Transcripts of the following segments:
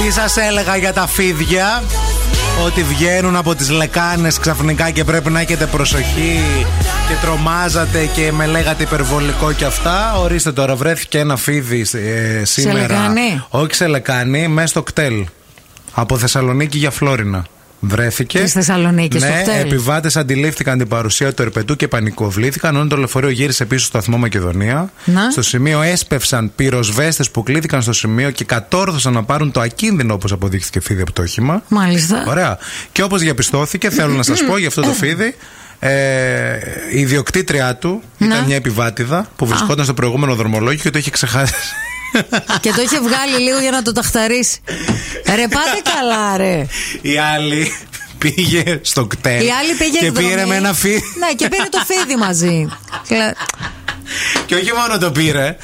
Τι σας έλεγα για τα φίδια. Ότι βγαίνουν από τις λεκάνες ξαφνικά και πρέπει να έχετε προσοχή και τρομάζατε και με λέγατε υπερβολικό και αυτά. Ορίστε τώρα, βρέθηκε ένα φίδι ε, σήμερα. Σε λεκάνη. Όχι σε λεκάνη, μέσα στο κτέλ. Από Θεσσαλονίκη για Φλόρινα. Βρέθηκε. Της Θεσσαλονίκης, στο ναι, κτέλ. επιβάτες αντιλήφθηκαν την παρουσία του Ερπετού και πανικοβλήθηκαν. Όταν το λεωφορείο γύρισε πίσω στο σταθμό Μακεδονία, Να. στο σημείο έσπευσαν πυροσβέστες που κλήθηκαν στο σημείο και κατόρθωσαν να πάρουν το ακίνδυνο, όπως αποδείχθηκε, φίδι από το όχημα. Μάλιστα. Ωραία. Και όπως διαπιστώθηκε, θέλω να σας πω για αυτό το φίδι. Ε, η ιδιοκτήτριά του ήταν Ναι. μια επιβάτηδα που βρισκόταν στο προηγούμενο δρομολόγιο και το είχε ξεχάσει. Και το είχε βγάλει λίγο για να το ταχταρίσει. Ρε πάτε καλά, ρε. Η άλλη πήγε στο κτέλ. Η άλλη πήγε Ε, και εκδρομή. πήρε με ένα φίδι. Ναι, και πήρε το φίδι μαζί. Κλα- Και όχι μόνο το πήρε.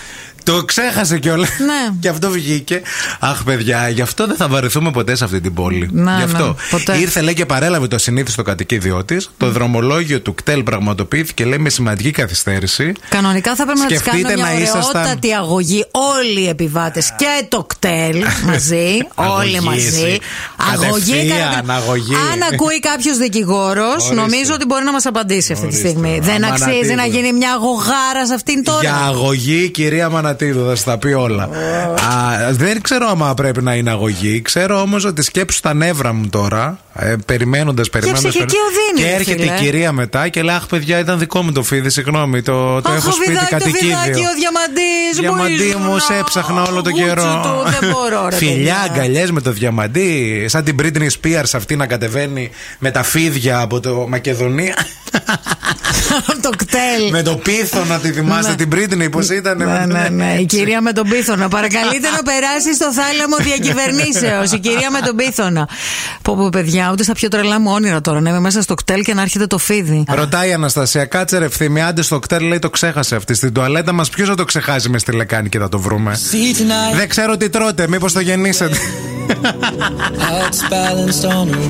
Το ξέχασε κιόλας. Ναι. Και αυτό βγήκε. Αχ, παιδιά, γι' αυτό δεν θα βαρεθούμε ποτέ σε αυτή την πόλη. Να, γι' αυτό. ναι, ποτέ. Ήρθε, λέει, και παρέλαβε το συνήθιστο κατοικίδιό της. Το δρομολόγιο του κτέλ πραγματοποιήθηκε, λέει, με σημαντική καθυστέρηση. Κανονικά θα πρέπει να τη Σκεφτείτε κάνουμε μια να ήσασταν- ωραιότατη αγωγή. Όλοι οι επιβάτες και το κτέλ μαζί. όλοι Αγωγή, μαζί. εσύ. Κατευθείαν, κατευθείαν. αγωγή. Αν ακούει κάποιος δικηγόρος, Ορίστε. νομίζω ότι μπορεί να μας απαντήσει αυτή τη Ορίστε. στιγμή. Δεν Άμα να αξίζει να δείτε. γίνει μια αγωγάρα σε αυτήν τώρα. Για αγωγή, η κυρία Μανατίδου, θα στα πει όλα. Α, δεν ξέρω άμα πρέπει να είναι αγωγή. Ξέρω όμως ότι σκέψου τα νεύρα μου τώρα, ε, περιμένοντας, περιμένοντας. ψυχική οδύνη, Και έρχεται φίλε. η κυρία μετά και λέει: Αχ, παιδιά, ήταν δικό μου το φίδι, συγγνώμη, το, το Αχ, έχω ο σπίτι Βιδάκη, το κατοικίδιο. Βιδάκη, ο διαμαντής μου Διαμαντή ήσουν, μου, α, σε έψαχνα όλο τον γούτσου καιρό. του, δεν μπορώ, ρε, Φιλιά, παιδιά. αγκαλιές με το διαμαντή. Σαν την Britney Spears αυτή να κατεβαίνει με τα φίδια από το Μακεδονία. το κτέλ. με το πίθωνα τη θυμάστε Ναι. την Britney, πώς ήταν. Ναι, ναι, ναι. Η κυρία με τον πίθωνα. Παρακαλείτε να περάσει στο θάλαμο διακυβερνήσεως. Η κυρία με τον πίθωνα. Πω, πω, παιδιά, ούτε στα πιο τρελά μου όνειρα τώρα. Να είμαι μέσα στο κτέλ και να έρχεται το φίδι. Ρωτάει η Αναστασία, κάτσε ρε ευθύμη, άντε στο κτέλ λέει το ξέχασε αυτή στην τουαλέτα μας, ποιος θα το ξεχάσει μες στη λεκάνη και θα το βρούμε. See tonight, Δεν ξέρω τι τρώτε, μήπως το γεννήσετε. how it's balanced on a